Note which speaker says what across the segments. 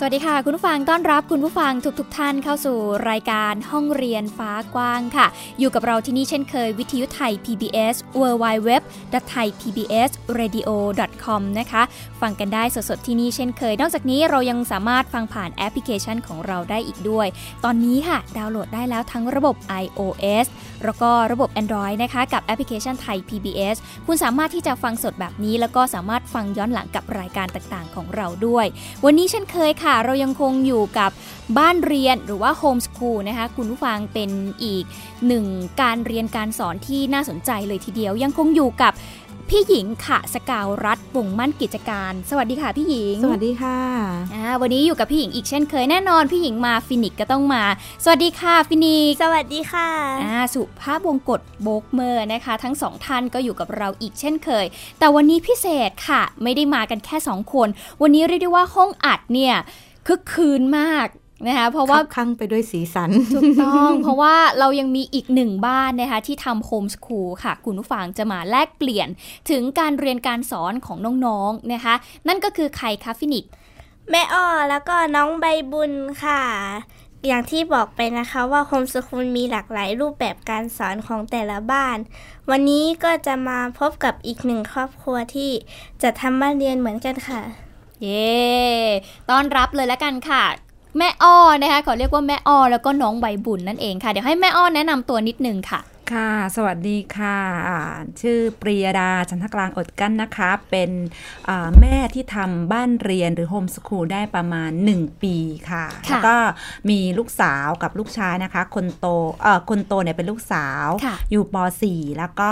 Speaker 1: สวัสดีค่ะ คุณผู้ฟังต้อนรับคุณผู้ฟังทุกๆทท่านเข้าสู่รายการห้องเรียนฟ้ากว้างค่ะ อยู่กับเราที่นี่เช่นเคยวิทยุไทย PBS w w w t h a i PBS Radio com นะคะ ฟังกันได้สดๆที่นี่เช่นเคย นอกจากนี้เรายังสามารถฟังผ่านแอปพลิเคชันของเราได้อีกด้วย ตอนนี้ค่ะ ดาวน์โหลดได้แล้วทั้งระบบ iOS แล้วก็ระบบ Android นะคะกับแอปพลิเคชันไทย PBS คุณสามารถที่จะฟังสดแบบนี้ แล้วก็สามารถฟังย้อนหลังกับรายการต่างๆ ของเราด้วย วันนี้เช่นเคยค่ะ เรายังคงอยู่กับบ้านเรียนหรือว่าโฮมสคูลนะคะ คุณผู้ฟังเป็นอีกหนึ่งการเรียนการสอนที่น่าสนใจเลยทีเดียว ยังคงอยู่กับพี่หญิงค่ะสกาวรัฐวงมั่นกิจการ สวัสดีค่ะพี่หญิง
Speaker 2: สวัสดีค่ะ
Speaker 1: อ่าวันนี้อยู่กับพี่หญิงอีกเช่นเคยแน่นอนพี่หญิงมาฟินิกก็ต้องมา สวัสดีค่ะฟินิก
Speaker 3: สวัสดีค่ะ
Speaker 1: อ่าสุภาพวงกตโบกเมอร์นะคะ ทั้งสองท่านก็อยู่กับเราอีกเช่นเคย แต่วันนี้พิเศษค่ะ ไม่ได้มากันแค่ 2 คน วันนี้เรียกได้ว่าห้องอัดเนี่ยคึกคืนมากนะคะเพราะว่า
Speaker 2: ว่าคลั่งไปด้วยสีสัน
Speaker 1: ถูกต้อง เพราะว่าเรายังมีอีกหนึ่งบ้านนะคะที่ทำโฮมส o ูลค่ะ คุณผู้ฟังจะมาแลกเปลี่ยนถึงการเรียนการสอนของน้องๆนะคะ นั่นก็คือใครคะฟินิก
Speaker 3: แม่อ้อแล้วก็น้องใบบุญค่ะ อย่างที่บอกไปนะคะว่าโฮมสคูลมีหลากหลายรูปแบบการสอนของแต่ละบ้าน วันนี้ก็จะมาพบกับอีกหนึ่งครอบครัวที่จะทำบ้านเรียนเหมือนกันค่ะ
Speaker 1: เย้ต้อนรับเลยแล้วกันค่ะ แม่อ้อนะคะขอเรียกว่าแม่อ้อแล้วก็น้องใบบุญนั่นเองค่ะ เดี๋ยวให้แม่อ้อแนะนำตัวนิดนึงค่ะ
Speaker 4: ค่ะ สวัสดีค่ะอ่าชื่อปรียดาจันทกลางอดกั้นนะคะ เป็นอ่าแม่ที่ทำบ้านเรียนหรือโฮมส o ูลได้ประมาณ 1 ปีค่ะ
Speaker 1: ค่ะ
Speaker 4: แล้วก็มีลูกสาวกับลูกชายนะคะ คนโตเอ่อคนโตเนี่ยเป็นลูกสาว
Speaker 1: ค่ะ
Speaker 4: อยู่ป .4 แล้วก็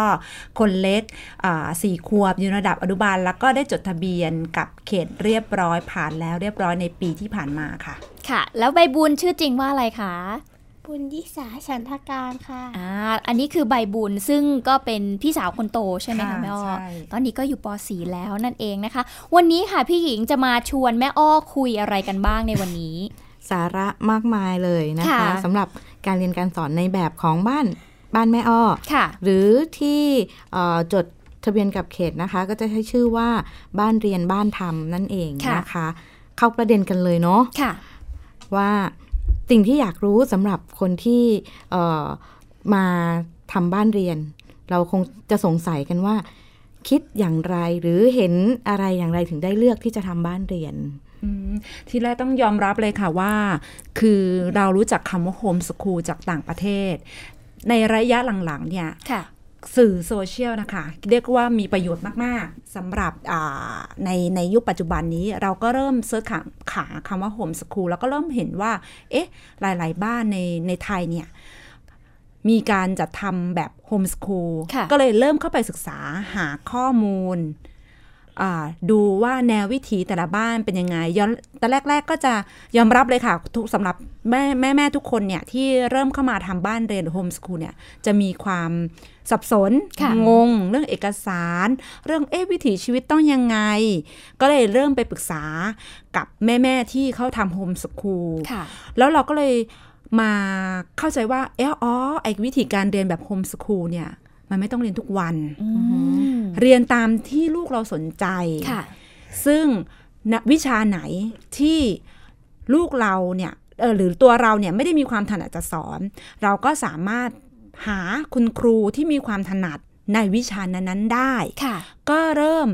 Speaker 4: คนเล็กอ่าสี่ขวบอยู่ระดับอนุบาล แล้วก็ได้จดทะเบียนกับเขตเรียบร้อยผ่านแล้วเรียบร้อยในปีที่ผ่านมาค่ะ
Speaker 1: ค่ะ แล้วใบบุญชื่อจริงว่าอะไรคะ
Speaker 3: บุญยิสาฉันทการค่ะ
Speaker 1: อ่าอันนี้คือใบบุญซึ่งก็เป็นพี่สาวคนโตใช่ไหมคะ
Speaker 4: ค่ะ
Speaker 1: แม่อ้อ
Speaker 4: ใช่
Speaker 1: ตอนนี้ก็อยู่ป .4 แล้วนั่นเองนะคะ วันนี้ค่ะพี่หญิงจะมาชวนแม่อ้อคุยอะไรกันบ้างในวันนี้
Speaker 2: สาระมากมายเลยนะ
Speaker 1: ค่ะ
Speaker 2: คะสำหรับการเรียนการสอนในแบบของบ้านบ้านแม่อ้อ
Speaker 1: ค่ะ
Speaker 2: หรือที่เอ่อจดทะเบียนกับเขตนะคะ ก็จะใช้ชื่อว่าบ้านเรียนบ้านทำนั่นเอง
Speaker 1: ค่ะ
Speaker 2: นะคะ เข้าประเด็นกันเลยเนาะ
Speaker 1: ค่ะ
Speaker 2: ว่าสิ่งที่อยากรู้สำหรับคนที่เอ่อมาทำบ้านเรียน เราคงจะสงสัยกันว่า คิดอย่างไรหรือเห็นอะไรอย่างไรถึงได้เลือกที่จะทำบ้านเรียน
Speaker 4: อืมทีแรกต้องยอมรับเลยค่ะว่า คือเรารู้จักคำว่าโฮมส o ูลจากต่างประเทศ ในระยะหลังๆเนี่ย
Speaker 1: ค่ะ
Speaker 4: สื่อโซเชียลนะคะ เรียกว่ามีประโยชน์มาก ๆสำหรับอ่าในในยุคปัจจุบันนี้เราก็เริ่มเสิร์ชขาขาคำว่าโฮมส o ูลแล้วก็เริ่มเห็นว่า เอ๊ะ หลาย ๆ บ้านในในไทยเนี่ย มีการจัดทำแบบโฮมส o ูล
Speaker 1: ค่ะ
Speaker 4: ก็เลยเริ่มเข้าไปศึกษาหาข้อมูลอ่าดูว่าแนววิถีแต่ละบ้านเป็นยังไงย้อนตอนแรก ๆ ก็จะยอมรับเลยค่ะทุกสำหรับแม่แม่แม่ทุกคนเนี่ย ที่เริ่มเข้ามาทำบ้านเรียนโฮมส o ูลเนี่ย จะมีความสับสน
Speaker 1: ค่ะ
Speaker 4: งง เรื่องเอกสาร เรื่องเอ๊ะวิถีชีวิตต้องยังไง ก็เลยเริ่มไปปรึกษากับแม่ ๆ ที่เขาทำโฮมส o ูล
Speaker 1: ค่ะ
Speaker 4: แล้วเราก็เลยมาเข้าใจว่า เอออ๋อ ไอ้วิธีการเรียนแบบโฮมส o ูลเนี่ย มันไม่ต้องเรียนทุกวัน
Speaker 1: อืม
Speaker 4: เรียนตามที่ลูกเราสนใจ
Speaker 1: ค่ะ
Speaker 4: ซึ่งนะวิชาไหนที่ลูกเราเนี่ยเออหรือตัวเราเนี่ยไม่ได้มีความถนัดจะสอน เราก็สามารถหาคุณครูที่มีความถนัดในวิชานั้นๆได้
Speaker 1: ค่ะ
Speaker 4: ก็เริ่ม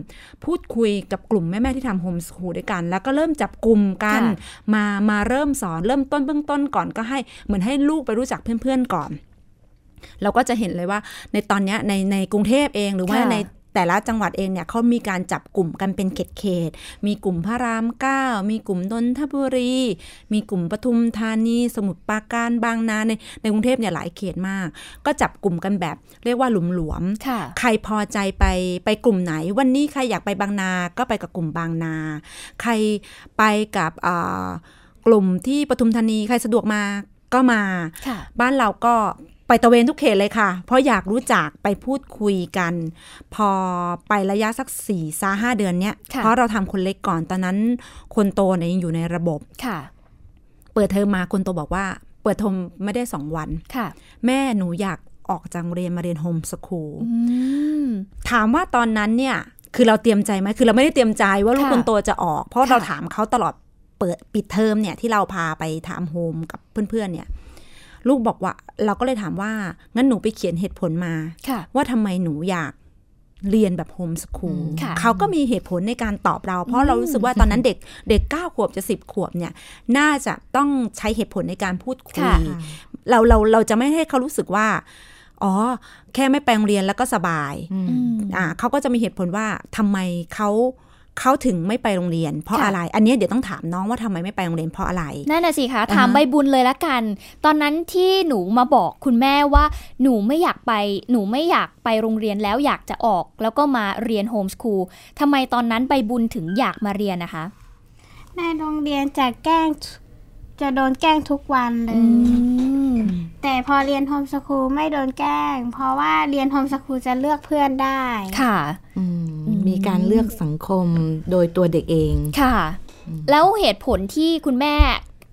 Speaker 4: พูดคุยกับกลุ่มแม่ ๆ ที่ทำโฮมส o ูลด้วยกัน แล้วก็เริ่มจับกลุ่มกัน
Speaker 1: ค่ะ
Speaker 4: มามาเริ่มสอนเริ่มต้นเบื้องต้นก่อนก็ให้เหมือนให้ลูกไปรู้จักเพื่อน ๆ ก่อน เราก็จะเห็นเลยว่าในตอนเนี้ยในในกรุงเทพเองหรือว่า
Speaker 1: ค่ะ
Speaker 4: ในแต่ละจังหวัดเองเนี่ยเขามีการจับกลุ่มกันเป็นเขตเขตๆมีกลุ่มพระรามเก้ามีกลุ่มนนทบุรี มีกลุ่มปทุมธานี สมุทรปราการบางนาในในกรุงเทพเนี่ยหลายเขตมาก ก็จับกลุ่มกันแบบเรียกว่าหลุมหลวมๆ
Speaker 1: ค่ะ
Speaker 4: ใครพอใจไปไปกลุ่มไหน วันนี้ใครอยากไปบางนา ก็ไปกับกลุ่มบางนา ใครไปกับอ่า กลุ่มที่ปทุมธานีใครสะดวกมาก็มา
Speaker 1: ค่ะ
Speaker 4: บ้านเราก็ไปตระเวนทุกเขตเลยค่ะ เพราะอยากรู้จักไปพูดคุยกัน พอไประยะสัก4ี่ซาห้าเดือนเนี้ย
Speaker 1: ค่ะ
Speaker 4: เพราะเราทำคนเล็กก่อน ตอนนั้นคนโตเนี่ยยังอยู่ในระบบ
Speaker 1: ค่ะ
Speaker 4: เปิดเทอมมาคนโตบอกว่า เปิดเทอมไม่ได้สองวัน
Speaker 1: ค่ะ
Speaker 4: แม่หนูอยากออกจากโรงเรียนมาเรียนโฮมสคูล
Speaker 1: อืม
Speaker 4: ถามว่าตอนนั้นเนี่ย คือเราเตรียมใจไหมคือเราไม่ได้เตรียมใจว่าลูก
Speaker 1: ค่ะ
Speaker 4: คนโตจะออก เพราะ
Speaker 1: ค่ะ
Speaker 4: เราถามเขาตลอดเปิดปิดเทอมเนี่ยที่เราพาไปถามโฮมกับเพื่อนๆเนี่ย ลูกบอกว่าเราก็เลยถามว่า งั้นหนูไปเขียนเหตุผลมา
Speaker 1: ค่ะ
Speaker 4: ว่าทำไมหนูอยากเรียนแบบโฮมสคูล
Speaker 1: อืมค่ะ
Speaker 4: เขาก็มีเหตุผลในการตอบเรา เพราะเรารู้สึกว่าตอนนั้นเด็กเด็ก 9 ขวบจะ 10 ขวบเนี่ย น่าจะต้องใช้เหตุผลในการพูดคุย
Speaker 1: ค่ะ
Speaker 2: ค่ะ
Speaker 4: เราเราเราจะไม่ให้เขารู้สึกว่า อ๋อ แค่ไม่ไปโรงเรียนแล้วก็สบาย
Speaker 2: อืม
Speaker 1: อืม
Speaker 4: อ่าเขาก็จะมีเหตุผลว่าทำไมเขาเขาถึงไม่ไปโรงเรียน เพราะ
Speaker 1: ค่ะ
Speaker 4: อะไร อันเนี้ยเดี๋ยวต้องถามน้องว่าทำไมไม่ไปโรงเรียนเพราะอะไร
Speaker 1: นั่นน่ะสิคะ
Speaker 4: อ่าฮะ
Speaker 1: ถามใบบุญเลยละกัน ตอนนั้นที่หนูมาบอกคุณแม่ว่า หนูไม่อยากไป หนูไม่อยากไปโรงเรียนแล้วอยากจะออก แล้วก็มาเรียนโฮมสคูลทำไมตอนนั้นใบบุญถึงอยากมาเรียนนะคะ
Speaker 3: ในโรงเรียนจะแกล้ง จะโดนแกล้งทุกวันเล
Speaker 1: อื
Speaker 3: ย
Speaker 1: ม
Speaker 3: แต่พอเรียนโฮมสคูลไม่โดนแกล้ง เพราะว่าเรียนโฮมสคูลจะเลือกเพื่อนได้
Speaker 1: ค่ะ
Speaker 2: อืม
Speaker 1: อืม
Speaker 2: มีการเลือกสังคมโดยตัวเด็กเอง
Speaker 1: ค่ะ แล้วเหตุผลที่คุณแม่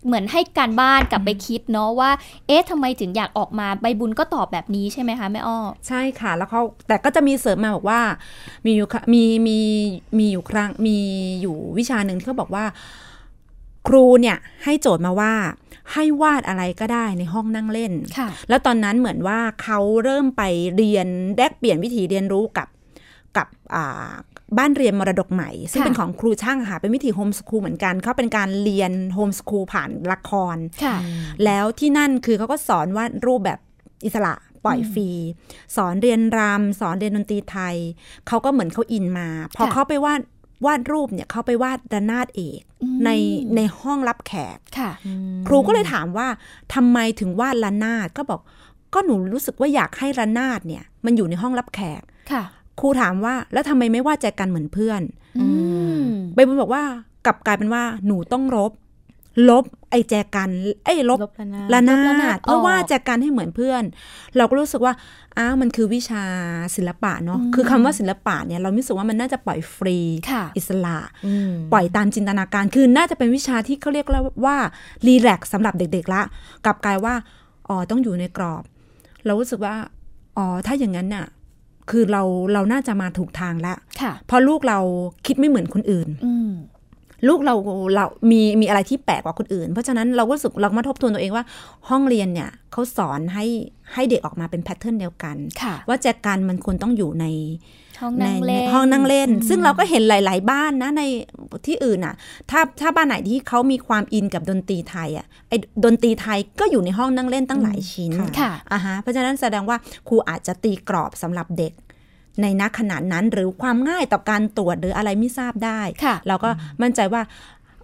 Speaker 1: เหมือนให้การบ้านกลับไปคิดเนาะว่า เอ๊ะทำไมถึงอยากออกมาใบบุญก็ตอบแบบนี้ใช่ไหมคะแม่อ้อ
Speaker 4: ใช่ค่ะ แล้วเขาแต่ก็จะมีเสริมมาบอกว่า มีอยู่ครัมีมีมีอยู่ครั้งมีอยู่วิชาหนึ่งที่เขาบอกว่า ครูเนี่ยให้โจทย์มาว่า ให้วาดอะไรก็ได้ในห้องนั่งเล่น
Speaker 1: ค่ะ
Speaker 4: แล้วตอนนั้นเหมือนว่าเขาเริ่มไปเรียนแลกเปลี่ยนวิธีเรียนรู้กับกับอ่าบ้านเรียนมรดกใหม่ ซึ่ง
Speaker 1: ค่ะ
Speaker 4: เป็นของครูช่างค่ะเป็นวิธีโฮมสคูลเหมือนกันเขาเป็นการเรียนโฮมสคูลผ่านละคร
Speaker 1: ค่ะ
Speaker 4: แล้วที่นั่นคือเขาก็สอนวาดรูปแบบอิสระปล่อยฟรี สอนเรียนรำสอนเรียนดนตรีไทย เขาก็เหมือนเขาอินมา พอ
Speaker 1: ค่ะ
Speaker 4: เขาไปวาดวาดรูปเนี่ยเขาไปวาดระนาดเอก
Speaker 1: อืม
Speaker 4: ในในห้องรับแขก
Speaker 1: ค่ะ
Speaker 4: ครูก็เลยถามว่าทำไมถึงวาดระนาดก็บอกก็หนูรู้สึกว่าอยากให้ระนาดเนี่ย มันอยู่ในห้องรับแขก
Speaker 1: ค่ะ
Speaker 4: ครูถามว่าแล้วทำไมไม่วาดแจกันเหมือนเพื่อน
Speaker 1: อืม
Speaker 4: ใบบุญบอกว่ากลับกลายเป็นว่าหนูต้องลบ ลบไอ้แจกันไอ้ยลบ
Speaker 2: ลบแล้วนะ
Speaker 1: ลบ
Speaker 4: ระนา
Speaker 1: ระนา
Speaker 4: ด
Speaker 1: ด
Speaker 4: เพื่อ
Speaker 1: ออก
Speaker 4: ว่าจากการให้เหมือนเพื่อน เราก็รู้สึกว่าอ้าวมันคือวิชาศิลปะเนาะ
Speaker 1: อืม
Speaker 4: คือคำว่าศิลปะเนี่ยเรารู้สึกว่ามันน่าจะปล่อยฟรี
Speaker 1: ค่ะ
Speaker 4: อิสระ
Speaker 2: อืม
Speaker 4: ปล่อยตามจินตนาการคือน่าจะเป็นวิชาที่เขาเรียกว่ารีแลกซ์สำหรับเด็กๆละกลับกลายว่าอ๋อต้องอยู่ในกรอบ เรารู้สึกว่าอ๋อถ้าอย่างนั้นน่ะคือเราเราน่าจะมาถูกทางละ
Speaker 1: ค่ะ
Speaker 4: เพราะลูกเราคิดไม่เหมือนคนอื่น
Speaker 1: อืม
Speaker 4: ลูกเราเรามีมีอะไรที่แปลกกว่าคนอื่น เพราะฉะนั้นเราก็รู้สึกเรามาทบทวนตัวเองว่าห้องเรียนเนี่ยเขาสอนให้ให้เด็กออกมาเป็นแพทเทิร์นเดียวกัน
Speaker 1: ค่ะ
Speaker 4: ว่าแจกันมันควรต้องอยู่ใน
Speaker 1: ห้อง
Speaker 4: ใน
Speaker 1: นั่ง
Speaker 4: ใน
Speaker 1: เล่น
Speaker 4: ห้องนั่งเล่น ซึ่งเราก็เห็นหลาย ๆ บ้านนะในที่อื่นอ่ะถ้าถ้าบ้านไหนที่เขามีความอินกับดนตรีไทยอ่ะไอ้ดนตรีไทยก็อยู่ในห้องนั่งเล่นตั้งหลายชิ้น
Speaker 2: ค่ะ
Speaker 1: ค่ะ
Speaker 4: อ่าฮะเพราะฉะนั้นแสดงว่าครูอาจจะตีกรอบสำหรับเด็ก ในนักขนาดนั้นหรือความง่ายต่อการตรวจหรืออะไรไม่ทราบได้
Speaker 1: ค่ะ
Speaker 4: เราก็มั่นใจว่า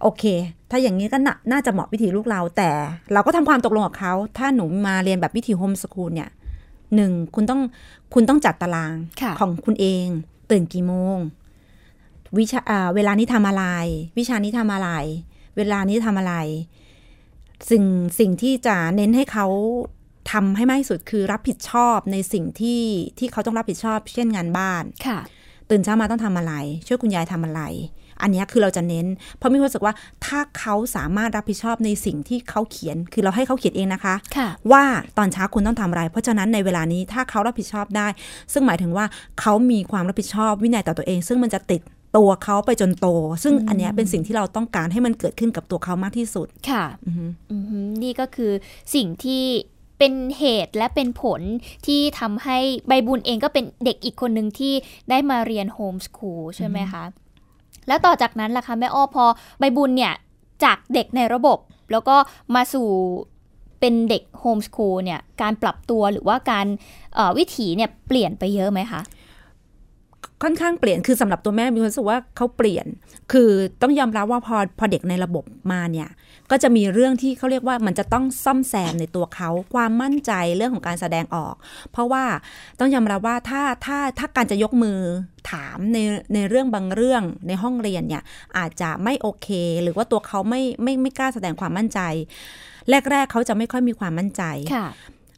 Speaker 4: โอเค ถ้าอย่างนี้ก็น่านาจะเหมาะวิถีลูกเรา แต่เราก็ทำความตกลงกับเขา ถ้าหนูมาเรียนแบบวิถีโฮมสคูลเนี่ยหนึ่งคุณต้องคุณต้องจัดตาราง
Speaker 1: ค่ะ
Speaker 4: ของคุณเอง ตื่นกี่โมง วิชาอ่าเวลานี้ทำอะไร วิชานี้ทำอะไร เวลานี้ทำอะไร สิ่งสิ่งที่จะเน้นให้เขาทำให้มากที่สุดคือรับผิดชอบในสิ่งที่ที่เขาต้องรับผิดชอบ เช่นงานบ้าน
Speaker 1: ค่ะ
Speaker 4: ตื่นเช้ามาต้องทำอะไร ช่วยคุณยายทำอะไร อันเนี้ยคือเราจะเน้น เพราะมีความรู้สึกว่าถ้าเขาสามารถรับผิดชอบในสิ่งที่เขาเขียน คือเราให้เขาเขียนเองนะคะ
Speaker 1: ค่ะ
Speaker 4: ว่าตอนเช้าคุณต้องทำอะไร เพราะฉะนั้นในเวลานี้ถ้าเขารับผิดชอบได้ ซึ่งหมายถึงว่าเขามีความรับผิดชอบวินัยต่อตัวเอง ซึ่งมันจะติดตัวเขาไปจนโต ซึ่งอันเนี้ยเป็นสิ่งที่เราต้องการให้มันเกิดขึ้นกับตัวเขามากที่สุด
Speaker 1: ค่ะ
Speaker 4: อือฮึ
Speaker 1: อือฮึนี่ก็คือสิ่งที่เป็นเหตุและเป็นผลที่ทำให้ใบบุญเองก็เป็นเด็กอีกคนหนึ่งที่ได้มาเรียนโฮมสคูลใช่ไหมคะ แล้วต่อจากนั้นล่ะคะแม่อ้อพอใบบุญเนี่ย จากเด็กในระบบ แล้วก็มาสู่เป็นเด็กโฮมสคูลเนี่ย การปรับตัวหรือว่าการเอ่อวิถีเนี่ยเปลี่ยนไปเยอะไหมคะ
Speaker 4: ค่อนข้างเปลี่ยนคือสำหรับตัวแม่มีความรู้สึกว่าเขาเปลี่ยน คือต้องยอมรับว่าพอพอเด็กในระบบมาเนี่ย ก็จะมีเรื่องที่เขาเรียกว่ามันจะต้องซ่อมแซมในตัวเขาความมั่นใจเรื่องของการแสดงออก เพราะว่าต้องยอมรับว่าถ้าถ้าถ้าการจะยกมือถามในในเรื่องบางเรื่องในห้องเรียนเนี่ยอาจจะไม่โอเค หรือว่าตัวเขาไม่ไม่ไม่กล้าแสดงความมั่นใจ แรก ๆเขาจะไม่ค่อยมีความมั่นใจ
Speaker 1: ค่ะ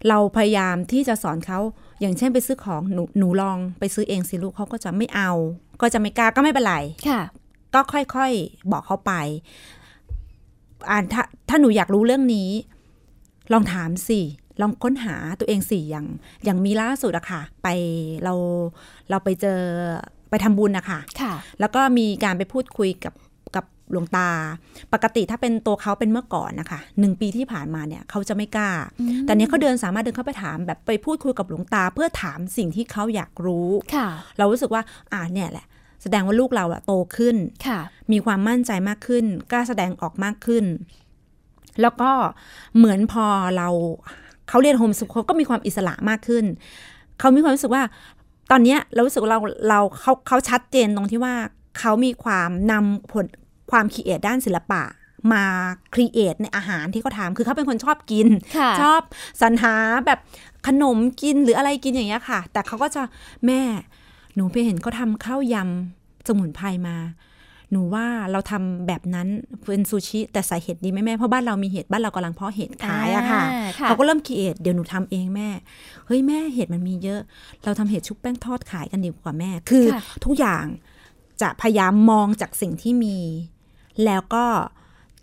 Speaker 4: เราพยายามที่จะสอนเขาอย่างเช่นไปซื้อของหนูหนูลองไปซื้อเองสิลูกเขาก็จะไม่เอา ก็จะไม่กล้าก็ไม่เป็นไร
Speaker 1: ค่ะ
Speaker 4: ก็ค่อยๆบอกเขาไป อ่านถ้าถ้าหนูอยากรู้เรื่องนี้ ลองถามสิลองค้นหาตัวเองสิอย่าง อย่างมีล่าสุดอะค่ะ ไปเราเราไปเจอไปทำบุญอะค่ะ
Speaker 1: ค่ะ
Speaker 4: แล้วก็มีการไปพูดคุยกับกับหลวงตา ปกติถ้าเป็นตัวเขาเป็นเมื่อก่อนนะคะหนึ่งปีที่ผ่านมาเนี่ยเขาจะไม่กล้า
Speaker 1: อืม
Speaker 4: แต่เนี้ยเขาเดินสามารถเดินเข้าไปถามแบบไปพูดคุยกับหลวงตา เพื่อถามสิ่งที่เขาอยากรู้
Speaker 1: ค่ะ
Speaker 4: เรารู้สึกว่าอ่าเนี่ยแหละ แสดงว่าลูกเราอะโตขึ้น
Speaker 1: ค่ะ
Speaker 4: มีความมั่นใจมากขึ้น กล้าแสดงออกมากขึ้น แล้วก็เหมือนพอเราเขาเรียนโฮมสคูลก็มีความอิสระมากขึ้น เขามีความรู้สึกว่า ตอนเนี้ยเรารู้สึกว่าเราเราเขาเขาชัดเจนตรงที่ว่าเขามีความนำผลความคิดเอทด้านศิลปะ มาครีเอทในอาหารที่เขาทำคือเขาเป็นคนชอบกิน
Speaker 1: ค่ะ
Speaker 4: ชอบสรรหาแบบขนมกินหรืออะไรกินอย่างเงี้ยค่ะ แต่เขาก็จะแม่หนูไปเห็นเขาทำข้าวยำสมุนไพรมา หนูว่าเราทำแบบนั้นเป็นซูชิ แต่ใส่เห็ดดีไหมแม่เพราะบ้านเรามีเห็ดบ้านเรากำลังเพาะเห็ดขายอะค่ะ
Speaker 1: อ่าค่ะ
Speaker 4: เขาก็เริ่มคิดเอทเดี๋ยวหนูทำเองแม่ เฮ้ยแม่เห็ดมันมีเยอะ เราทำเห็ดชุบแป้งทอดขายกันดีกว่าแม่ คือ
Speaker 1: ค่ะ
Speaker 4: ทุกอย่างจะพยายามมองจากสิ่งที่มี แล้วก็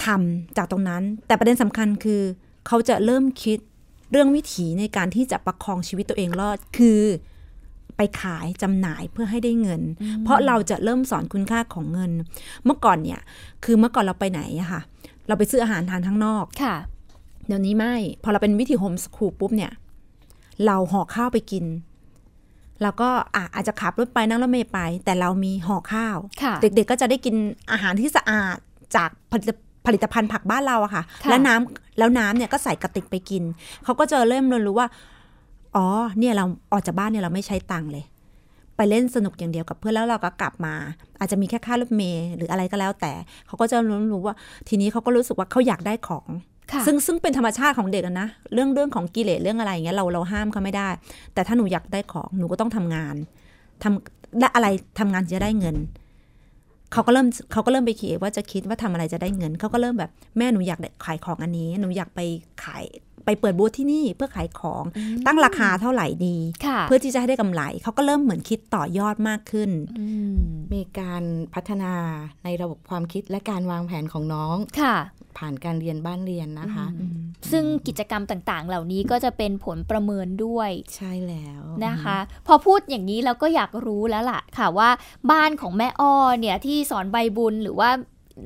Speaker 4: ทำจากตรงนั้น แต่ประเด็นสำคัญคือ เขาจะเริ่มคิดเรื่องวิถีในการที่จะประคองชีวิตตัวเองรอด คือไปขายจำหน่ายเพื่อให้ได้เงิน เพราะเราจะเริ่มสอนคุณค่าของเงิน เมื่อก่อนเนี่ย คือเมื่อก่อนเราไปไหนอะค่ะ เราไปซื้ออาหารทานข้างนอก
Speaker 1: ค่ะ
Speaker 4: เดี๋ยวนี้ไม่ พอเราเป็นวิถีโฮมสคูลปุ๊บเนี่ย เราห่อข้าวไปกิน แล้วก็อ่ะอาจจะขับรถไปนั่งรถเมล์ไป แต่เรามีห่อข้าว
Speaker 1: ค่ะ
Speaker 4: เด็กๆก็จะได้กินอาหารที่สะอาดจากผลิตผลิตภัณฑ์ผักบ้านเราอะค่ะ
Speaker 1: ค่ะ
Speaker 4: และน้ำแล้วน้ำเนี่ยก็ใส่กระติกไปกิน เขาก็จะเริ่มเรียนรู้ว่า อ๋อ เนี่ยเราออกจากบ้านเนี่ยเราไม่ใช้ตังค์เลย ไปเล่นสนุกอย่างเดียวกับเพื่อนแล้วเราก็กลับมา อาจจะมีแค่ค่ารถเมล์หรืออะไรก็แล้วแต่ เขาก็จะเริ่มรู้ว่า ทีนี้เขาก็รู้สึกว่าเขาอยากได้ของ
Speaker 1: ค่ะ
Speaker 4: ซึ่งซึ่งเป็นธรรมชาติของเด็กอะนะเรื่องเรื่องของกิเลสเรื่องอะไรอย่างเงี้ยเราเราห้ามเขาไม่ได้ แต่ถ้าหนูอยากได้ของหนูก็ต้องทำงานทำและอะไรทำงานจะได้เงินเขาก็เริ่มเขาก็เริ่มไปคิดว่าจะคิดว่าทำอะไรจะได้เงินเขาก็เริ่มแบบแม่หนูอยากได้ขายของอันนี้ หนูอยากไปขายไปเปิดบูธที่นี่เพื่อขายของตั้งราคาเท่าไหร่ดี
Speaker 1: ค่ะ
Speaker 4: เพื่อที่จะให้ได้กำไรเขาก็เริ่มเหมือนคิดต่อยอดมากขึ้น
Speaker 1: ม
Speaker 2: มีการพัฒนาในระบบความคิดและการวางแผนของน้อง
Speaker 1: ค่ะ
Speaker 2: ผ่านการเรียนบ้านเรียนนะคะ
Speaker 1: ซึ่งกิจกรรมต่างๆ เหล่านี้ก็จะเป็นผลประเมินด้วย
Speaker 2: ใช่แล้ว
Speaker 1: นะคะ พอพูดอย่างนี้เราก็อยากรู้แล้วล่ะค่ะว่าบ้านของแม่อ้อเนี่ยที่สอนใบบุญหรือว่า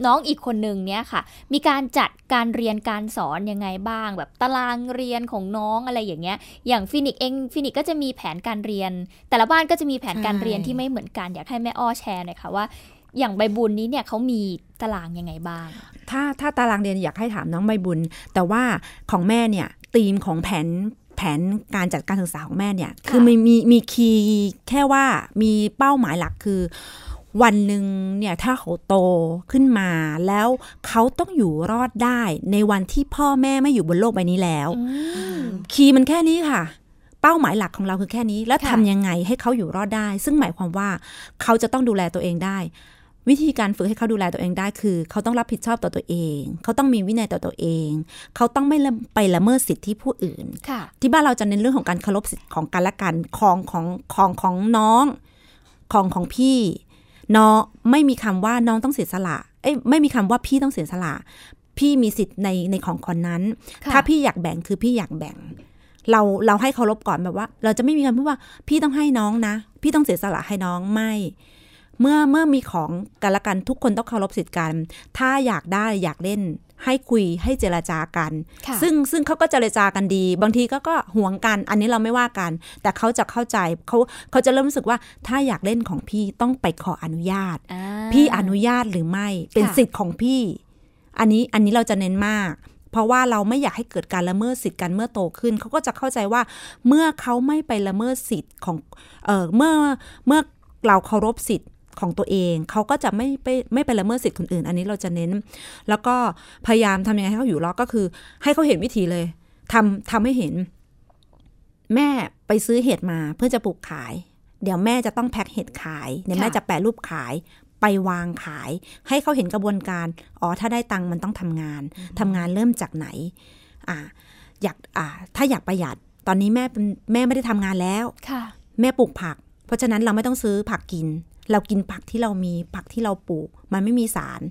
Speaker 1: น้องอีกคนหนึ่งเนี่ยค่ะ มีการจัดการเรียนการสอนยังไงบ้าง แบบตารางเรียนของน้องอะไรอย่างเงี้ย อย่างฟินิกเองฟินิกก็จะมีแผนการเรียน แต่ละบ้านก็จะมีแผนการเรียนที่ไม่เหมือนกันอยากให้แม่อ้อแชร์หน่อยค่ะว่า อย่างใบบุญนี้เนี่ยเขามีตารางยังไงบ้าง
Speaker 4: ถ้าถ้าตารางเรียนอยากให้ถามน้องใบบุญ แต่ว่าของแม่เนี่ยธีมของแผนแผนการจัดการศึกษาของแม่เนี่ยคือมีมีมีคีย์แค่ว่ามีเป้าหมายหลักคือ วันหนึ่งเนี่ยถ้าเขาโตขึ้นมาแล้วเขาต้องอยู่รอดได้ในวันที่พ่อแม่ไม่อยู่บนโลกใบนี้แล้ว คีย์มันแค่นี้ค่ะ เป้าหมายหลักของเราคือแค่นี้ แล้ว
Speaker 1: ค่ะ
Speaker 4: ทำยังไงให้เขาอยู่รอดได้ ซึ่งหมายความว่าเขาจะต้องดูแลตัวเองได้ วิธีการฝึกให้เขาดูแลตัวเองได้คือ เขาต้องรับผิดชอบต่อตัวเอง เขาต้องมีวินัยต่อตัวเอง เขาต้องไม่ละไปละเมิดสิทธิผู้อื่น
Speaker 1: ค่ะ
Speaker 4: ที่บ้านเราจะเน้นเรื่องของการเคารพสิทธิ์ของกันและกันของของของของน้องของของพี่น้องไม่มีคำว่าน้องต้องเสียสละเอ้ยไม่มีคำว่าพี่ต้องเสียสละ พี่มีสิทธิ์ในในของคนนั้น
Speaker 1: ค่ะ
Speaker 4: ถ้าพี่อยากแบ่งคือพี่อยากแบ่ง เราเราให้เคารพก่อนแบบว่า เราจะไม่มีคำพูดว่า พี่ต้องให้น้องนะ พี่ต้องเสียสละให้น้องไม่ เมื่อเมื่อมีของกันและกันทุกคนต้องเคารพสิทธิ์กัน ถ้าอยากได้อยากเล่น ให้คุยให้เจรจากัน
Speaker 1: ค่ะ
Speaker 4: ซึ่งซึ่งเขาก็เจรจากันดี บางทีก็ก็ห่วงกัน อันนี้เราไม่ว่ากัน แต่เขาจะเข้าใจเขาเขาจะเริ่มรู้สึกว่าถ้าอยากเล่นของพี่ต้องไปขออนุญาต
Speaker 1: อ่า
Speaker 4: พี่อนุญาตหรือไม่เป็น
Speaker 1: ค่ะ
Speaker 4: สิทธิ์ของพี่ อันนี้อันนี้เราจะเน้นมาก เพราะว่าเราไม่อยากให้เกิดการละเมิดสิทธิ์กันเมื่อโตขึ้น เขาก็จะเข้าใจว่า เมื่อเขาไม่ไปละเมิดสิทธิ์ของเออเมื่อเมื่อ เราเคารพสิทธิ์ของตัวเอง เขาก็จะไม่ไปไม่ไปละเมิดสิทธิ์คนอื่น อันนี้เราจะเน้น แล้วก็พยายามทำยังไงให้เขาอยู่รอดก็คือ ให้เขาเห็นวิธีเลยทำทำให้เห็น แม่ไปซื้อเห็ดมาเพื่อจะปลูกขาย เดี๋ยวแม่จะต้องแพ็คเห็ดขายเดี๋ยวแม่
Speaker 2: ค่ะ
Speaker 4: จะแปรรูปขาย ไปวางขาย ให้เขาเห็นกระบวนการ อ๋อ ถ้าได้ตังค์มันต้องทำงานทำงานเริ่มจากไหน อ่า อยาก อ่า ถ้าอยากประหยัด ตอนนี้แม่เป็นแม่ไม่ได้ทำงานแล้ว
Speaker 1: ค่ะ
Speaker 4: แม่ปลูกผัก เพราะฉะนั้นเราไม่ต้องซื้อผักกิน เรากินผักที่เรามีผักที่เราปลูก มันไม่มีสาร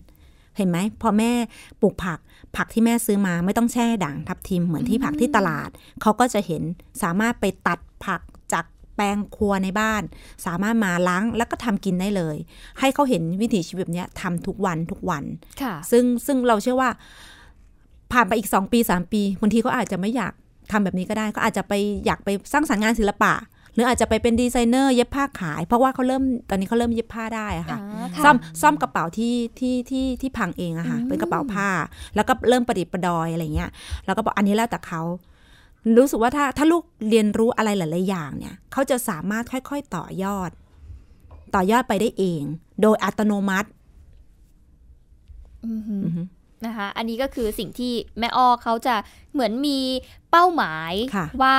Speaker 4: เห็นไหมพอแม่ปลูกผัก ผักที่แม่ซื้อมาไม่ต้องแช่ด่างทับทิมเหมือนที่ผักที่ตลาด เขาก็จะเห็นสามารถไปตัดผักจากแปลงครัวในบ้าน สามารถมาล้างแล้วก็ทำกินได้เลย ให้เขาเห็นวิถีชีวิตแบบเนี้ยทำทุกวันทุกวัน
Speaker 1: ค่ะ
Speaker 4: ซึ่งซึ่งเราเชื่อว่าผ่านไปอีก 2 ปี 3 ปีบางทีเขาอาจจะไม่อยากทำแบบนี้ก็ได้เขาอาจจะไปอยากไปสร้างสรรค์งานศิลปะ หรืออาจจะไปเป็นดีไซเนอร์เย็บผ้าขาย เพราะว่าเขาเริ่มตอนนี้เขาเริ่มเย็บผ้าได้อะค่ะ ซ่อมซ่อมกระเป๋าที่ที่ที่ที่พังเองอะค่ะ
Speaker 1: อืม
Speaker 4: เป็นกระเป๋าผ้า แล้วก็เริ่มประดิษฐ์ประดอยอะไรเงี้ย แล้วก็บอกอันนี้แล้วแต่เขารู้สึกว่าถ้าถ้าลูกเรียนรู้อะไรหลายๆอย่างเนี่ยเขาจะสามารถค่อยๆต่อยอด ต่อยอดไปได้เอง โดยอัตโนมัติ
Speaker 1: อือหือนะคะ อันนี้ก็คือสิ่งที่แม่อ้อเขาจะเหมือนมีเป้าหมาย
Speaker 4: ค่ะ
Speaker 1: ว่า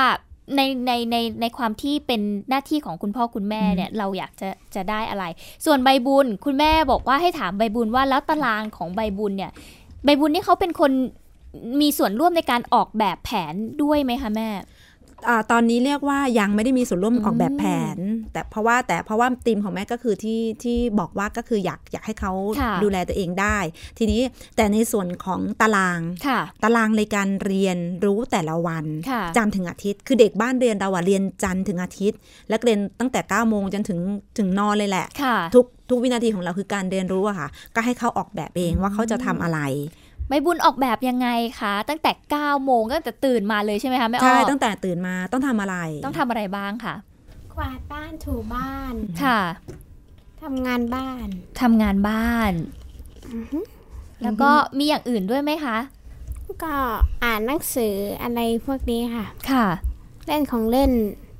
Speaker 1: ในในในในความที่เป็นหน้าที่ของคุณพ่อคุณแม่เนี่ยเราอยากจะจะได้อะไร ส่วนใบบุญคุณแม่บอกว่าให้ถามใบบุญว่าแล้วตารางของใบบุญเนี่ยใบบุญนี่เขาเป็นคนมีส่วนร่วมในการออกแบบแผนด้วยไหมคะแม่
Speaker 4: อาตอนนี้เรียกว่ายังไม่ได้มีส่วนร่วม
Speaker 1: อืม
Speaker 4: ออกแบบแผน แต่เพราะว่าแต่เพราะว่าธีมของแม่ก็คือที่ที่บอกว่าก็คืออยากอยากให้เขาดูแลตัวเองได้ ทีนี้แต่ในส่วนของตาราง
Speaker 1: ค่ะ
Speaker 4: ตารางในการเรียนรู้แต่ละวัน
Speaker 1: ค่ะ
Speaker 4: จันทร์ถึงอาทิตย์ คือเด็กบ้านเรียนเราอะเรียนจันทร์ถึงอาทิตย์ และเรียนตั้งแต่9ก้าโมงจนถึงถึงนอนเลยแหละ
Speaker 1: ค่ะ
Speaker 4: ทุกทุกวินาทีของเราคือการเรียนรู้อะค่ะ ก็ให้เขาออกแบบเองว่าเขาจะทำอะไร
Speaker 1: ใบบุญออกแบบยังไงคะตั้งแต่9โมงตั้งแต่ตื่นมาเลยใช่ไหมคะแม่อ้อ
Speaker 4: ใช่ตั้งแต่ตื่นมาต้องทำอะไร
Speaker 1: ต้องทำอะไรบ้างคะ
Speaker 5: กวาดบ้านถูบ้าน
Speaker 1: ค่ะ
Speaker 5: ทำงานบ้าน
Speaker 1: ทำงานบ้าน แล้วก็มีอย่างอื่นด้วยไหมคะ
Speaker 5: ก็อ่านหนังสืออะไรพวกนี้ค่ะ
Speaker 1: ค่ะ
Speaker 5: เล่นของเล่น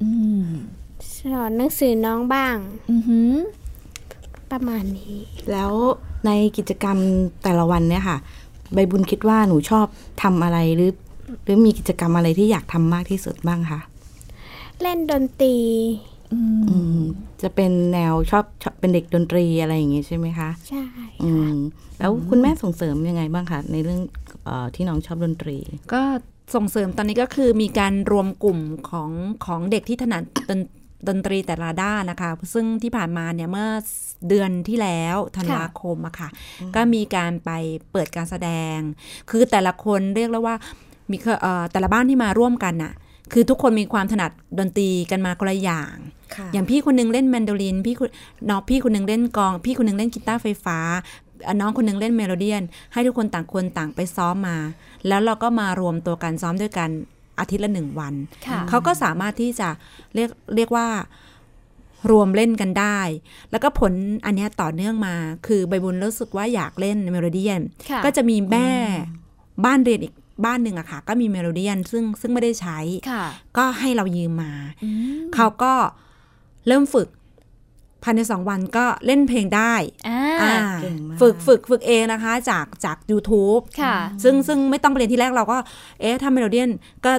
Speaker 1: อืม
Speaker 5: สอนหนังสือน้องบ้าง
Speaker 1: อือหือ
Speaker 5: ประมาณนี้
Speaker 2: แล้วในกิจกรรมแต่ละวันเนี่ยค่ะ ใบบุญคิดว่าหนูชอบทำอะไรหรือหรือมีกิจกรรมอะไรที่อยากทำมากที่สุดบ้างคะ
Speaker 5: เล่นดนตรี
Speaker 2: อืมจะเป็นแนวชอบชอบเป็นเด็กดนตรีอะไรอย่างงี้ใช่ไหมคะ
Speaker 5: ใช่
Speaker 2: อืมแล้วคุณแม่ส่งเสริมยังไงบ้างคะในเรื่องเออที่น้องชอบดนตรี
Speaker 4: ก็ส่งเสริมตอนนี้ก็คือมีการรวมกลุ่มของของเด็กที่ถนัดดนดนตรีแต่ละด้านนะคะ ซึ่งที่ผ่านมาเนี่ยเมื่อเดือนที่แล้วธันวาคมอะค่ะ ก็มีการไปเปิดการแสดง คือแต่ละคนเรียกแล้วว่ามีเคเอ่อแต่ละบ้านที่มาร่วมกันน่ะ คือทุกคนมีความถนัดดนตรีกันมาคนละอย่าง อย่างพี่คนหนึงเล่นแมนโดลินพี่คนน้องพี่คนหนึงเล่นกลอง พี่คนหนึงเล่นกีตาร์ไฟฟ้าอ่ะน้องคนหนึงเล่นเมโลเดียน ให้ทุกคนต่างคนต่างไปซ้อมมา แล้วเราก็มารวมตัวกันซ้อมด้วยกันอาทิตย์ละหนึ่งวัน
Speaker 1: ค่ะ
Speaker 4: เขาก็สามารถที่จะเรียกเรียกว่ารวมเล่นกันได้ แล้วก็ผลอันเนี้ยต่อเนื่องมา คือใบบุญรู้สึกว่าอยากเล่นเมโลเดียน
Speaker 1: ค่ะ
Speaker 4: ก็จะมีแม่บ้านเรียนอีกบ้านหนึ่งอะค่ะ ก็มีเมโลเดียนซึ่งซึ่งไม่ได้ใช้
Speaker 1: ค่ะ
Speaker 4: ก็ให้เรายืมมา
Speaker 1: อืม
Speaker 4: เขาก็เริ่มฝึกภายในสองวันก็เล่นเพลงได้
Speaker 1: อ่า
Speaker 4: อ่า
Speaker 2: เก่งมาก
Speaker 4: ฝึกฝึกฝึกเองนะคะจากจาก YouTube
Speaker 1: ค่ะ
Speaker 4: ซึ่งซึ่งไม่ต้องไปเรียนที่แรกเราก็ เอ๊ะถ้าเมโลเดียนก็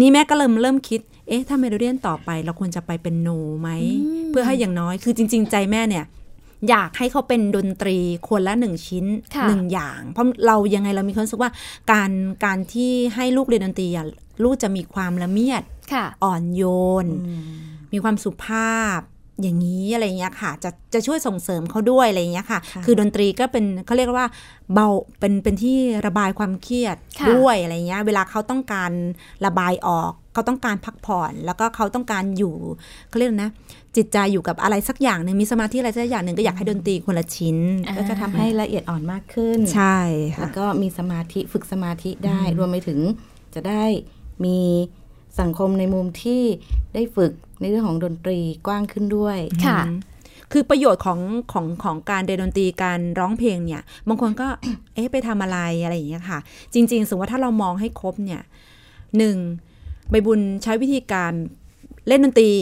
Speaker 4: นี่แม่ก็เริ่มเริ่มคิด เอ๊ะถ้าเมโลเดียนต่อไปเราควรจะไปเป็นโนไหม
Speaker 1: อืม
Speaker 4: เพื่อให้อย่างน้อยคือจริง ๆ ใจแม่เนี่ย อยากให้เขาเป็นดนตรีคนละหนึ่งชิ้น
Speaker 1: ค่ะ
Speaker 4: หนึ่งอย่าง เพราะเรายังไงเรามีความรู้สึกว่าการการที่ให้ลูกเรียนดนตรีอะลูกจะมีความละเมียด
Speaker 1: ค่ะ
Speaker 4: อ่อนโยน มีความสุภาพอย่างนี้อะไรเงี้ยค่ะ จะจะช่วยส่งเสริมเขาด้วยอะไรเงี้ยค่ะ
Speaker 2: ค่ะ
Speaker 4: คือดนตรีก็เป็นเขาเรียกว่าเบาเป็นเป็นที่ระบายความเครียด
Speaker 1: ค่ะ
Speaker 4: ด้วยอะไรเงี้ย เวลาเขาต้องการระบายออก เขาต้องการพักผ่อน แล้วก็เขาต้องการอยู่เขาเรียกนะ จิตใจอยู่กับอะไรสักอย่างหนึ่งมีสมาธิอะไรสักอย่างหนึ่งก็อยากให้ดนตรีคนละชิ้น
Speaker 2: ก็จะทำให้ละเอียดอ่อนมากขึ้น
Speaker 4: ใช่
Speaker 2: แล้
Speaker 4: ค่ะ
Speaker 2: วก็มีสมาธิฝึกสมาธิได้ รวมไปถึงจะได้มีสังคมในมุมที่ได้ฝึกในเรื่องของดนตรีกว้างขึ้นด้วย
Speaker 1: ค่ะ
Speaker 4: อืมคือประโยชน์ของของของการเรียนดนตรีการร้องเพลงเนี่ย บางคนก็ เอ๊ะไปทำอะไรอะไรอย่างเงี้ยค่ะ จริง ๆสมมติว่าถ้าเรามองให้ครบเนี่ยหนึ่งใบบุญใช้วิธีการเล่นดนตรี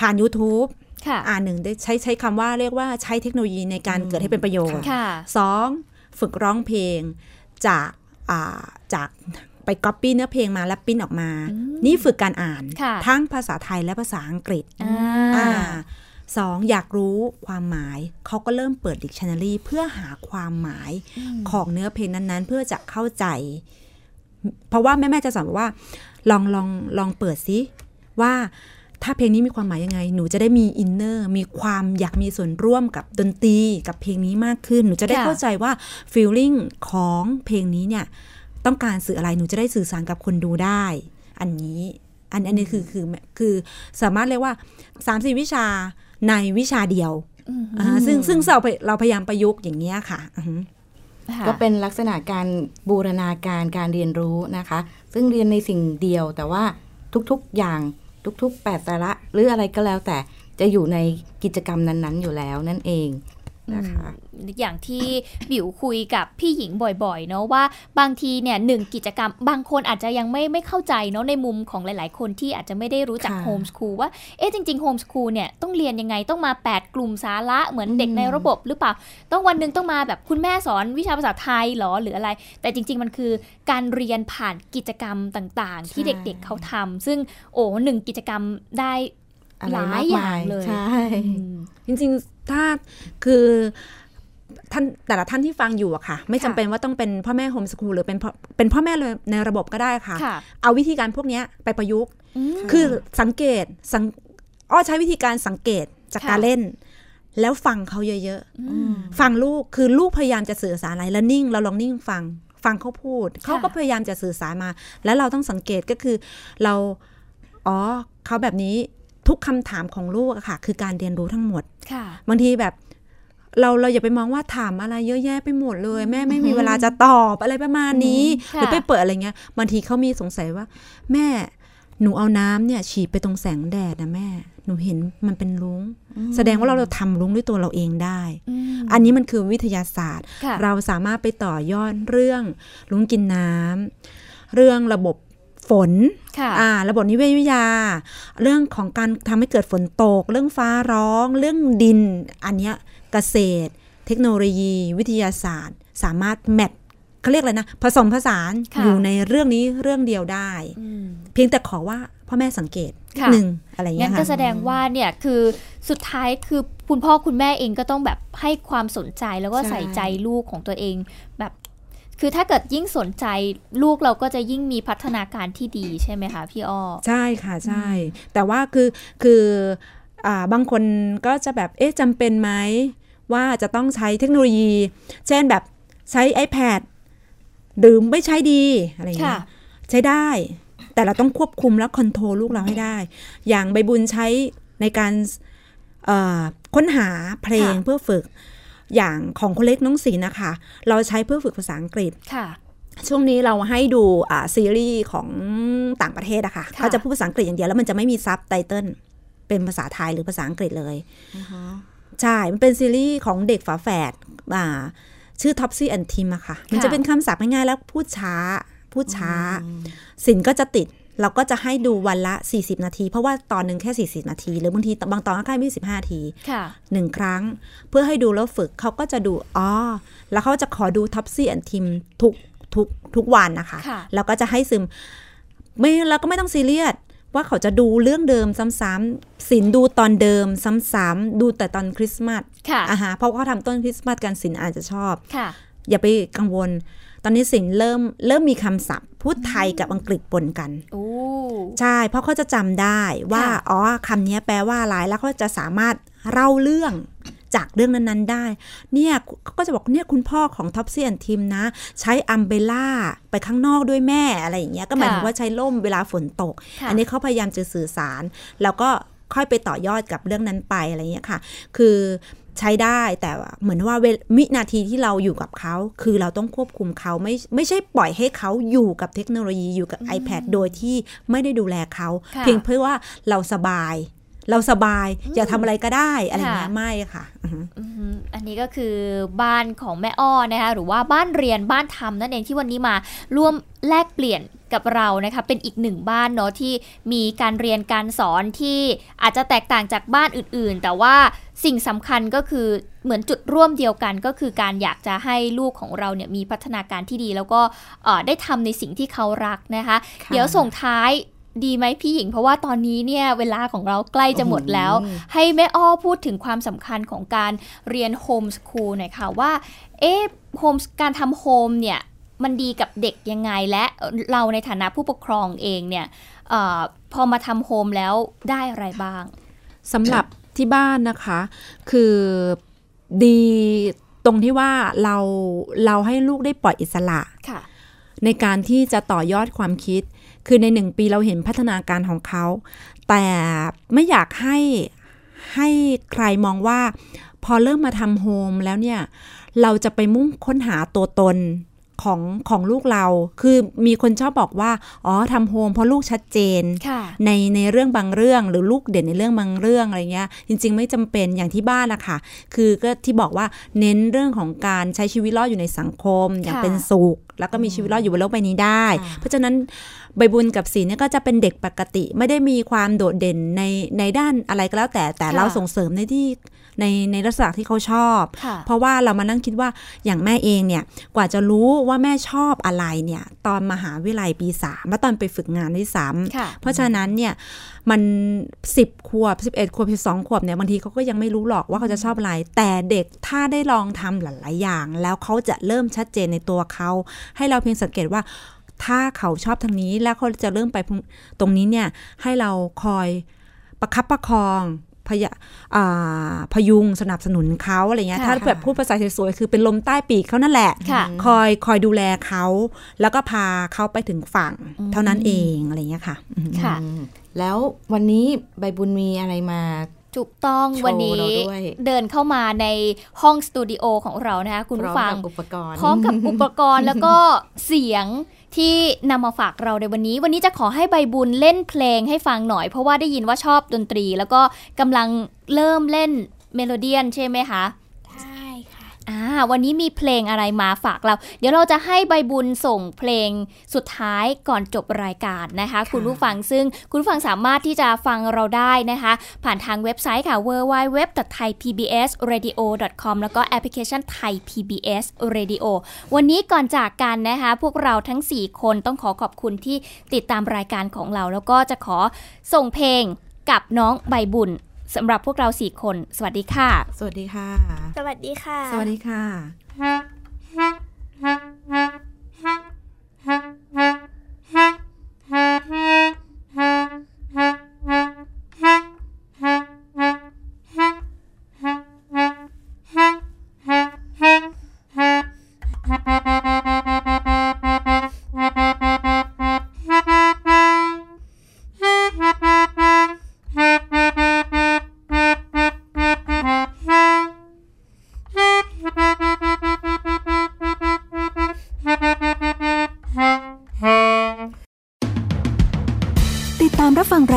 Speaker 4: ผ่าน YouTube
Speaker 1: ค่ะ
Speaker 4: อ่าหนึ่งได้ใช้ใช้คำว่าเรียกว่าใช้เทคโนโลยีในการเกิดให้เป็นประโยชน์
Speaker 1: ค่ะ
Speaker 4: สองฝึกร้องเพลงจากอ่าจากไปก๊อปปี้เนื้อเพลงมาแล้วปริ้นออกมา
Speaker 1: อืม
Speaker 4: นี่ฝึกการอ่าน
Speaker 1: ค่ะ
Speaker 4: ทั้งภาษาไทยและภาษาอังกฤษ
Speaker 1: อ่า
Speaker 4: อ่าสองอยากรู้ความหมาย เขาก็เริ่มเปิดดิกชันนารีเพื่อหาความหมายของเนื้อเพลงนั้นๆ เพื่อจะเข้าใจ เพราะว่าแม่ ๆ จะสอนบอกว่า ลองลองลองเปิดซิว่าถ้าเพลงนี้มีความหมายยังไง หนูจะได้มีอินเนอร์มีความอยากมีส่วนร่วมกับดนตรีกับเพลงนี้มากขึ้น หนูจะได้
Speaker 1: ค่ะ
Speaker 4: เข้าใจว่าฟีลลิ่งของเพลงนี้เนี่ย ต้องการสื่ออะไรหนูจะได้สื่อสารกับคนดูได้ อันนี้ อันอันนี้คือคือคือสามารถเรียกว่า3ามสี่วิชาในวิชาเดียวอ่าซึ่งซึ่งเราพยเราพยายามประยุกต์อย่างเงี้ยค่ะอือหือ
Speaker 1: ค่ะ
Speaker 2: ก็เป็นลักษณะการบูรณาการการเรียนรู้นะคะ ซึ่งเรียนในสิ่งเดียวแต่ว่าทุกๆอย่างทุกๆแปดสาระหรืออะไรก็แล้วแต่จะอยู่ในกิจกรรมนั้นๆอยู่แล้วนั่นเองนะคะ
Speaker 1: อย่างที่ บิวคุยกับพี่หญิงบ่อยๆ เนาะว่าบางทีเนี่ยหนึ่งกิจกรรม บางคนอาจจะยังไม่ไม่เข้าใจเนาะในมุมของหลายๆ คนที่อาจจะไม่ได้รู้จัก
Speaker 2: ค่ะ
Speaker 1: โฮมสคูลว่าเอ๊ะจริงๆโฮมสคูลเนี่ยต้องเรียนยังไงต้องมา 8 กลุ่มสาระเหมือนเด็ก
Speaker 2: อืม
Speaker 1: ในระบบหรือเปล่า ต้องวันหนึ่งต้องมาแบบคุณแม่สอนวิชาภาษาไทยเหรอหรืออะไร แต่จริง ๆ มันคือการเรียนผ่านกิจกรรมต่างๆ ที่เด็กๆเขาทำซึ่งโอ้หนึ่งกิจกรรมได้
Speaker 2: อะ
Speaker 1: ห
Speaker 2: ไร
Speaker 1: ลาย
Speaker 2: มาก
Speaker 1: อย่าม
Speaker 2: าง ย
Speaker 1: เลย
Speaker 2: ใช่
Speaker 1: อืม
Speaker 4: จริงๆ ถ้าคือท่านแต่ละท่านที่ฟังอยู่อะค่ะ ไม่จำเป็นว่าต้องเป็นพ่อแม่โฮมสคูลหรือเป็นพ่อเป็นพ่อแม่เลยในระบบก็ได้ค่ะ
Speaker 1: ค่ะ
Speaker 4: เอาวิธีการพวกเนี้ยไปประยุกต์
Speaker 1: อืม
Speaker 4: คือสังเกตสังอ้อใช้วิธีการสังเกตจาก
Speaker 1: ค่ะ
Speaker 4: การเล่น แล้วฟังเขาเยอะ
Speaker 1: อืม
Speaker 4: ๆ ฟังลูกคือลูกพยายามจะสื่อสารอะไรแล้วนิ่งเราลองนิ่งฟังฟังเขาพูด เขาก็พยายามจะสื่อสารมา แล้วเราต้องสังเกตก็คือเราอ๋อเขาแบบนี้ทุกคำถามของลูกอะค่ะ คือการเรียนรู้ทั้งหมด
Speaker 1: ค่ะ
Speaker 4: บางทีแบบเราเราอย่าไปมองว่าถามอะไรเยอะแยะไปหมดเลย แม่ไม่มีเวลาจะตอบอะไรประมาณนี้ ห
Speaker 1: ค่ะ
Speaker 4: รือไปเปิดอะไรเงี้ยบางทีเขามีสงสัยว่า แม่หนูเอาน้ำเนี่ยฉีดไปตรงแสงแดดนะแม่ หนูเห็นมันเป็นรุ้ง แสดงว่าเราเราทำรุ้งด้วยตัวเราเองได้
Speaker 1: อืม
Speaker 4: อันนี้มันคือวิทยาศาสตร์
Speaker 1: ค่ะ
Speaker 4: เราสามารถไปต่อยอดเรื่องรุ้งกินน้ำเรื่องระบบฝน
Speaker 1: ค่ะ
Speaker 4: อ่าระบบนิเวศวิทยา เรื่องของการทำให้เกิดฝนตก เรื่องฟ้าร้อง เรื่องดิน อันเนี้ยเกษตร เทคโนโลยี วิทยาศาสตร์ สามารถแมทเขาเรียกอะไรนะ ผสมผสาน
Speaker 1: ค่ะ
Speaker 4: อยู่ในเรื่องนี้เรื่องเดียวได้
Speaker 1: อืม
Speaker 4: เพียงแต่ขอว่าพ่อแม่สังเกต
Speaker 1: ค่ะ
Speaker 4: หนึ่งอะไรอย่างเงี้
Speaker 1: งั้น
Speaker 4: ยค่ะ
Speaker 1: ก็แสดงว่าเนี่ยคือสุดท้ายคือคุณพ่อคุณแม่เองก็ต้องแบบให้ความสนใจแล้วก็
Speaker 2: ใช่
Speaker 1: ใส่ใจลูกของตัวเองแบบ คือถ้าเกิดยิ่งสนใจลูกเราก็จะยิ่งมีพัฒนาการที่ดีใช่ไหมคะพี่อ้อ
Speaker 4: ใช่ค่ะใช่ แต่ว่าคือคืออ่าบางคนก็จะแบบเอ๊ะจำเป็นไหมว่าจะต้องใช้เทคโนโลยี เช่นแบบใช้ iPad หรือไม่ใช้ดีอะไรอย่างเงี้ย
Speaker 1: ค่ะ
Speaker 4: ใช้ได้ แต่เราต้องควบคุมและคอนโทรลลูกเราให้ได้ อย่างใบบุญใช้ในการเอ่อค้นหาเพลงเพื่อฝึกอย่างของคนเล็กน้องสีนะคะ เราใช้เพื่อฝึกภาษาอังกฤษ
Speaker 1: ค่ะ
Speaker 4: ช่วงนี้เราให้ดูอ่าซีรีส์ของต่างประเทศอะค่ะ
Speaker 1: ค่ะ
Speaker 4: เขาจะพูดภาษาอังกฤษอย่างเดียวแล้วมันจะไม่มีซับไตเติลเป็นภาษาไทยหรือภาษาอังกฤษเลยใช่ มันเป็นซีรีส์ของเด็กฝาแฝดอ่าชื่อ Topsy and Tim อะค่ะ มันจะเป็นคำศัพท์ง่ายๆแล้วพูดช้า พูดช้า สินก็จะติด เราก็จะให้ดูวันละ 40 นาที เพราะว่าตอนหนึ่งแค่ 40 นาที หรือบางทีบางตอนก็แค่ไม่สิบห้านาที
Speaker 1: ค่ะ
Speaker 4: หนึ่งครั้งเพื่อให้ดูแล้วฝึกเขาก็จะดูอ๋อแล้วเขาจะขอดูท็อปซี่แอนทิมทุกทุกทุกวันนะคะ
Speaker 1: ค่ะ
Speaker 4: แล้วก็จะให้ซึม ไม่แล้วก็ไม่ต้องซีเรียสว่าเขาจะดูเรื่องเดิมซ้ำๆสินดูตอนเดิมซ้ำๆดูแต่ตอนคริสต์มาส
Speaker 1: ค่ะ
Speaker 4: อ่ะฮะเพราะเขาทำต้นคริสต์มาสกันสินอาจจะชอบ
Speaker 1: ค่ะ
Speaker 4: อย่าไปกังวล ตอนนี้สินเริ่มเริ่มมีคำศัพท์ พูดไทยกับอังกฤษปนกัน
Speaker 1: โอ้
Speaker 4: ใช่ เพราะเขาจะจำได้ว่า
Speaker 1: ค่ะ
Speaker 4: อ๋อคำนี้แปลว่าอะไร แล้วเขาจะสามารถเล่าเรื่องจากเรื่องนั้น ๆ ได้ เนี่ยเขาก็จะบอกเนี่ยคุณพ่อของท็อปซี่แอนทิมนะ ใช้อัมเบรลล่าไปข้างนอกด้วยแม่อะไรอย่างเงี้ย ก็หมายถึงว่าใช้ล่มเวลาฝนตก
Speaker 1: ค่ะ
Speaker 4: อันนี้เขาพยายามจะสื่อสาร แล้วก็ค่อยไปต่อยอดกับเรื่องนั้นไปอะไรอย่างเงี้ยค่ะ คือใช้ได้แต่ว่าเหมือนว่าเวลวินาทีที่เราอยู่กับเขา คือเราต้องควบคุมเขาไม่ไม่ใช่ปล่อยให้เขาอยู่กับเทคโนโลยีอยู่กับ iPad โดยที่ไม่ได้ดูแลเขา
Speaker 1: ค่ะ
Speaker 4: เพียงเพื่อว่าเราสบาย เราสบายอยากทำอะไรก็ได้อะไรอย่างเงี้ย
Speaker 1: ค่ะ
Speaker 4: ไม่ค่ะอือฮึ
Speaker 1: อืมอันนี้ก็คือบ้านของแม่อ้อนะคะหรือว่าบ้านเรียนบ้านทำนั่นเองที่วันนี้มาร่วมแลกเปลี่ยน กับเรานะคะเป็นอีกหนึ่งบ้านเนาะที่มีการเรียนการสอนที่อาจจะแตกต่างจากบ้านอื่นๆ แต่ว่าสิ่งสำคัญก็คือเหมือนจุดร่วมเดียวกัน ก็คือการอยากจะให้ลูกของเราเนี่ยมีพัฒนาการที่ดี แล้วก็เอ่อได้ทำในสิ่งที่เขารักนะคะ เดี๋ยวส่งท้ายดีไหมพี่หญิง เพราะว่าตอนนี้เนี่ยเวลาของเราใกล้จะหมดแล้ว ให้แม่อ้อพูดถึงความสำคัญของการเรียนโฮมสคูลหน่อยค่ะว่า เอ๊ะโฮมการทำโฮมเนี่ยมันดีกับเด็กยังไงและเราในฐานะผู้ปกครองเองเนี่ยเออพอมาทำโฮมแล้วได้อะไรบ้าง
Speaker 4: สำหรับที่บ้านนะคะ คือดีตรงที่ว่าเราเราให้ลูกได้ปล่อยอิสระ
Speaker 1: ค่ะ
Speaker 4: ในการที่จะต่อยอดความคิด คือในหนึ่งปีเราเห็นพัฒนาการของเขา แต่ไม่อยากให้ให้ใครมองว่า พอเริ่มมาทำโฮมแล้วเนี่ย เราจะไปมุ่งค้นหาตัวตนของของลูกเรา คือมีคนชอบบอกว่า อ๋อทำโฮมเพราะลูกชัดเจน
Speaker 1: ค่ะ
Speaker 4: ในในเรื่องบางเรื่องหรือลูกเด่นในเรื่องบางเรื่องอะไรเงี้ย จริง ๆ ไม่จำเป็นอย่างที่บ้านนะคะคือก็ที่บอกว่าเน้นเรื่องของการใช้ชีวิตรอดอยู่ในสังคม อย่างเป็นสุข แล้วก็มีชีวิตรอดอยู่บนโลกใบนี้ได้
Speaker 2: ค่ะ
Speaker 4: เพราะฉะนั้นใบบุญกับศีลเนี่ยก็จะเป็นเด็กปกติ ไม่ได้มีความโดดเด่นในในด้านอะไรก็แล้วแต่แต่
Speaker 1: ค่ะ
Speaker 4: เราส่งเสริมในที่ในในลักษณะที่เขาชอบ
Speaker 1: ค่ะ
Speaker 4: เพราะว่าเรามานั่งคิดว่าอย่างแม่เองเนี่ยกว่าจะรู้ว่าแม่ชอบอะไรเนี่ยตอนมหาวิทยาลัยปีสามและตอนไปฝึกงานด้วยซ้ำ
Speaker 1: ค่ะ
Speaker 4: เพราะฉะนั้นเนี่ยมันสิบขวบสิบเอ็ดขวบสิบสองขวบเนี่ยบางทีเขาก็ยังไม่รู้หรอกว่าเขาจะชอบอะไร แต่เด็กถ้าได้ลองทำหลายๆอย่าง แล้วเขาจะเริ่มชัดเจนในตัวเขา ให้เราเพียงสังเกตว่า ถ้าเขาชอบทางนี้แล้วเขาจะเริ่มไปตรงนี้เนี่ยให้เราคอยประคับประคองพยาอ่าพยุงสนับสนุนเขาอะไรเงี้ย
Speaker 1: ค่ะ
Speaker 4: ถ้าแบบพูดภาษาสวยๆคือเป็นลมใต้ปีกเขานั่นแหละ
Speaker 1: ค่ะ
Speaker 4: คอยคอยดูแลเขาแล้วก็พาเขาไปถึงฝั่งเท่านั้นเองอะไรเงี้ยค่ะ
Speaker 1: ค่ะ
Speaker 2: อืมแล้ววันนี้ใบบุญมีอะไรมา
Speaker 1: ถูกต้อง
Speaker 2: โชว์
Speaker 1: วันนี้
Speaker 2: เราด้วย
Speaker 1: เดินเข้ามาในห้องสตูดิโอของเรานะคะคุณ
Speaker 2: พร้
Speaker 1: ผู้
Speaker 2: อม
Speaker 1: ฟัง
Speaker 2: กับอุปกรณ์
Speaker 1: พร้อมกับอุปกรณ์ แล้วก็เสียงที่นำมาฝากเราในวันนี้ วันนี้จะขอให้ใบบุญเล่นเพลงให้ฟังหน่อย เพราะว่าได้ยินว่าชอบดนตรี แล้วก็กำลังเริ่มเล่นเมโลเดียนใช่ไหมคะ
Speaker 5: ใช่ค่ะ
Speaker 1: อ่าวันนี้มีเพลงอะไรมาฝากเรา เดี๋ยวเราจะให้ใบบุญส่งเพลงสุดท้ายก่อนจบรายการนะคะ คุณผู้ฟังซึ่งคุณผู้ฟังสามารถที่จะฟังเราได้นะคะ ผ่านทางเว็บไซต์ค่ะ www.thaipbsradio.com แล้วก็แอปพลิเคชัน Thai PBS Radio วันนี้ก่อนจากกันนะคะ พวกเราทั้ง 4 คนต้องขอขอบคุณที่ติดตามรายการของเรา แล้วก็จะขอส่งเพลงกับน้องใบบุญสำหรับพวกเรา 4 คน สวัสดีค่ะ
Speaker 2: สวัสดีค่ะ
Speaker 3: สวัสดีค่ะ
Speaker 4: สวัสดีค่ะ
Speaker 6: ติดตามรับฟังร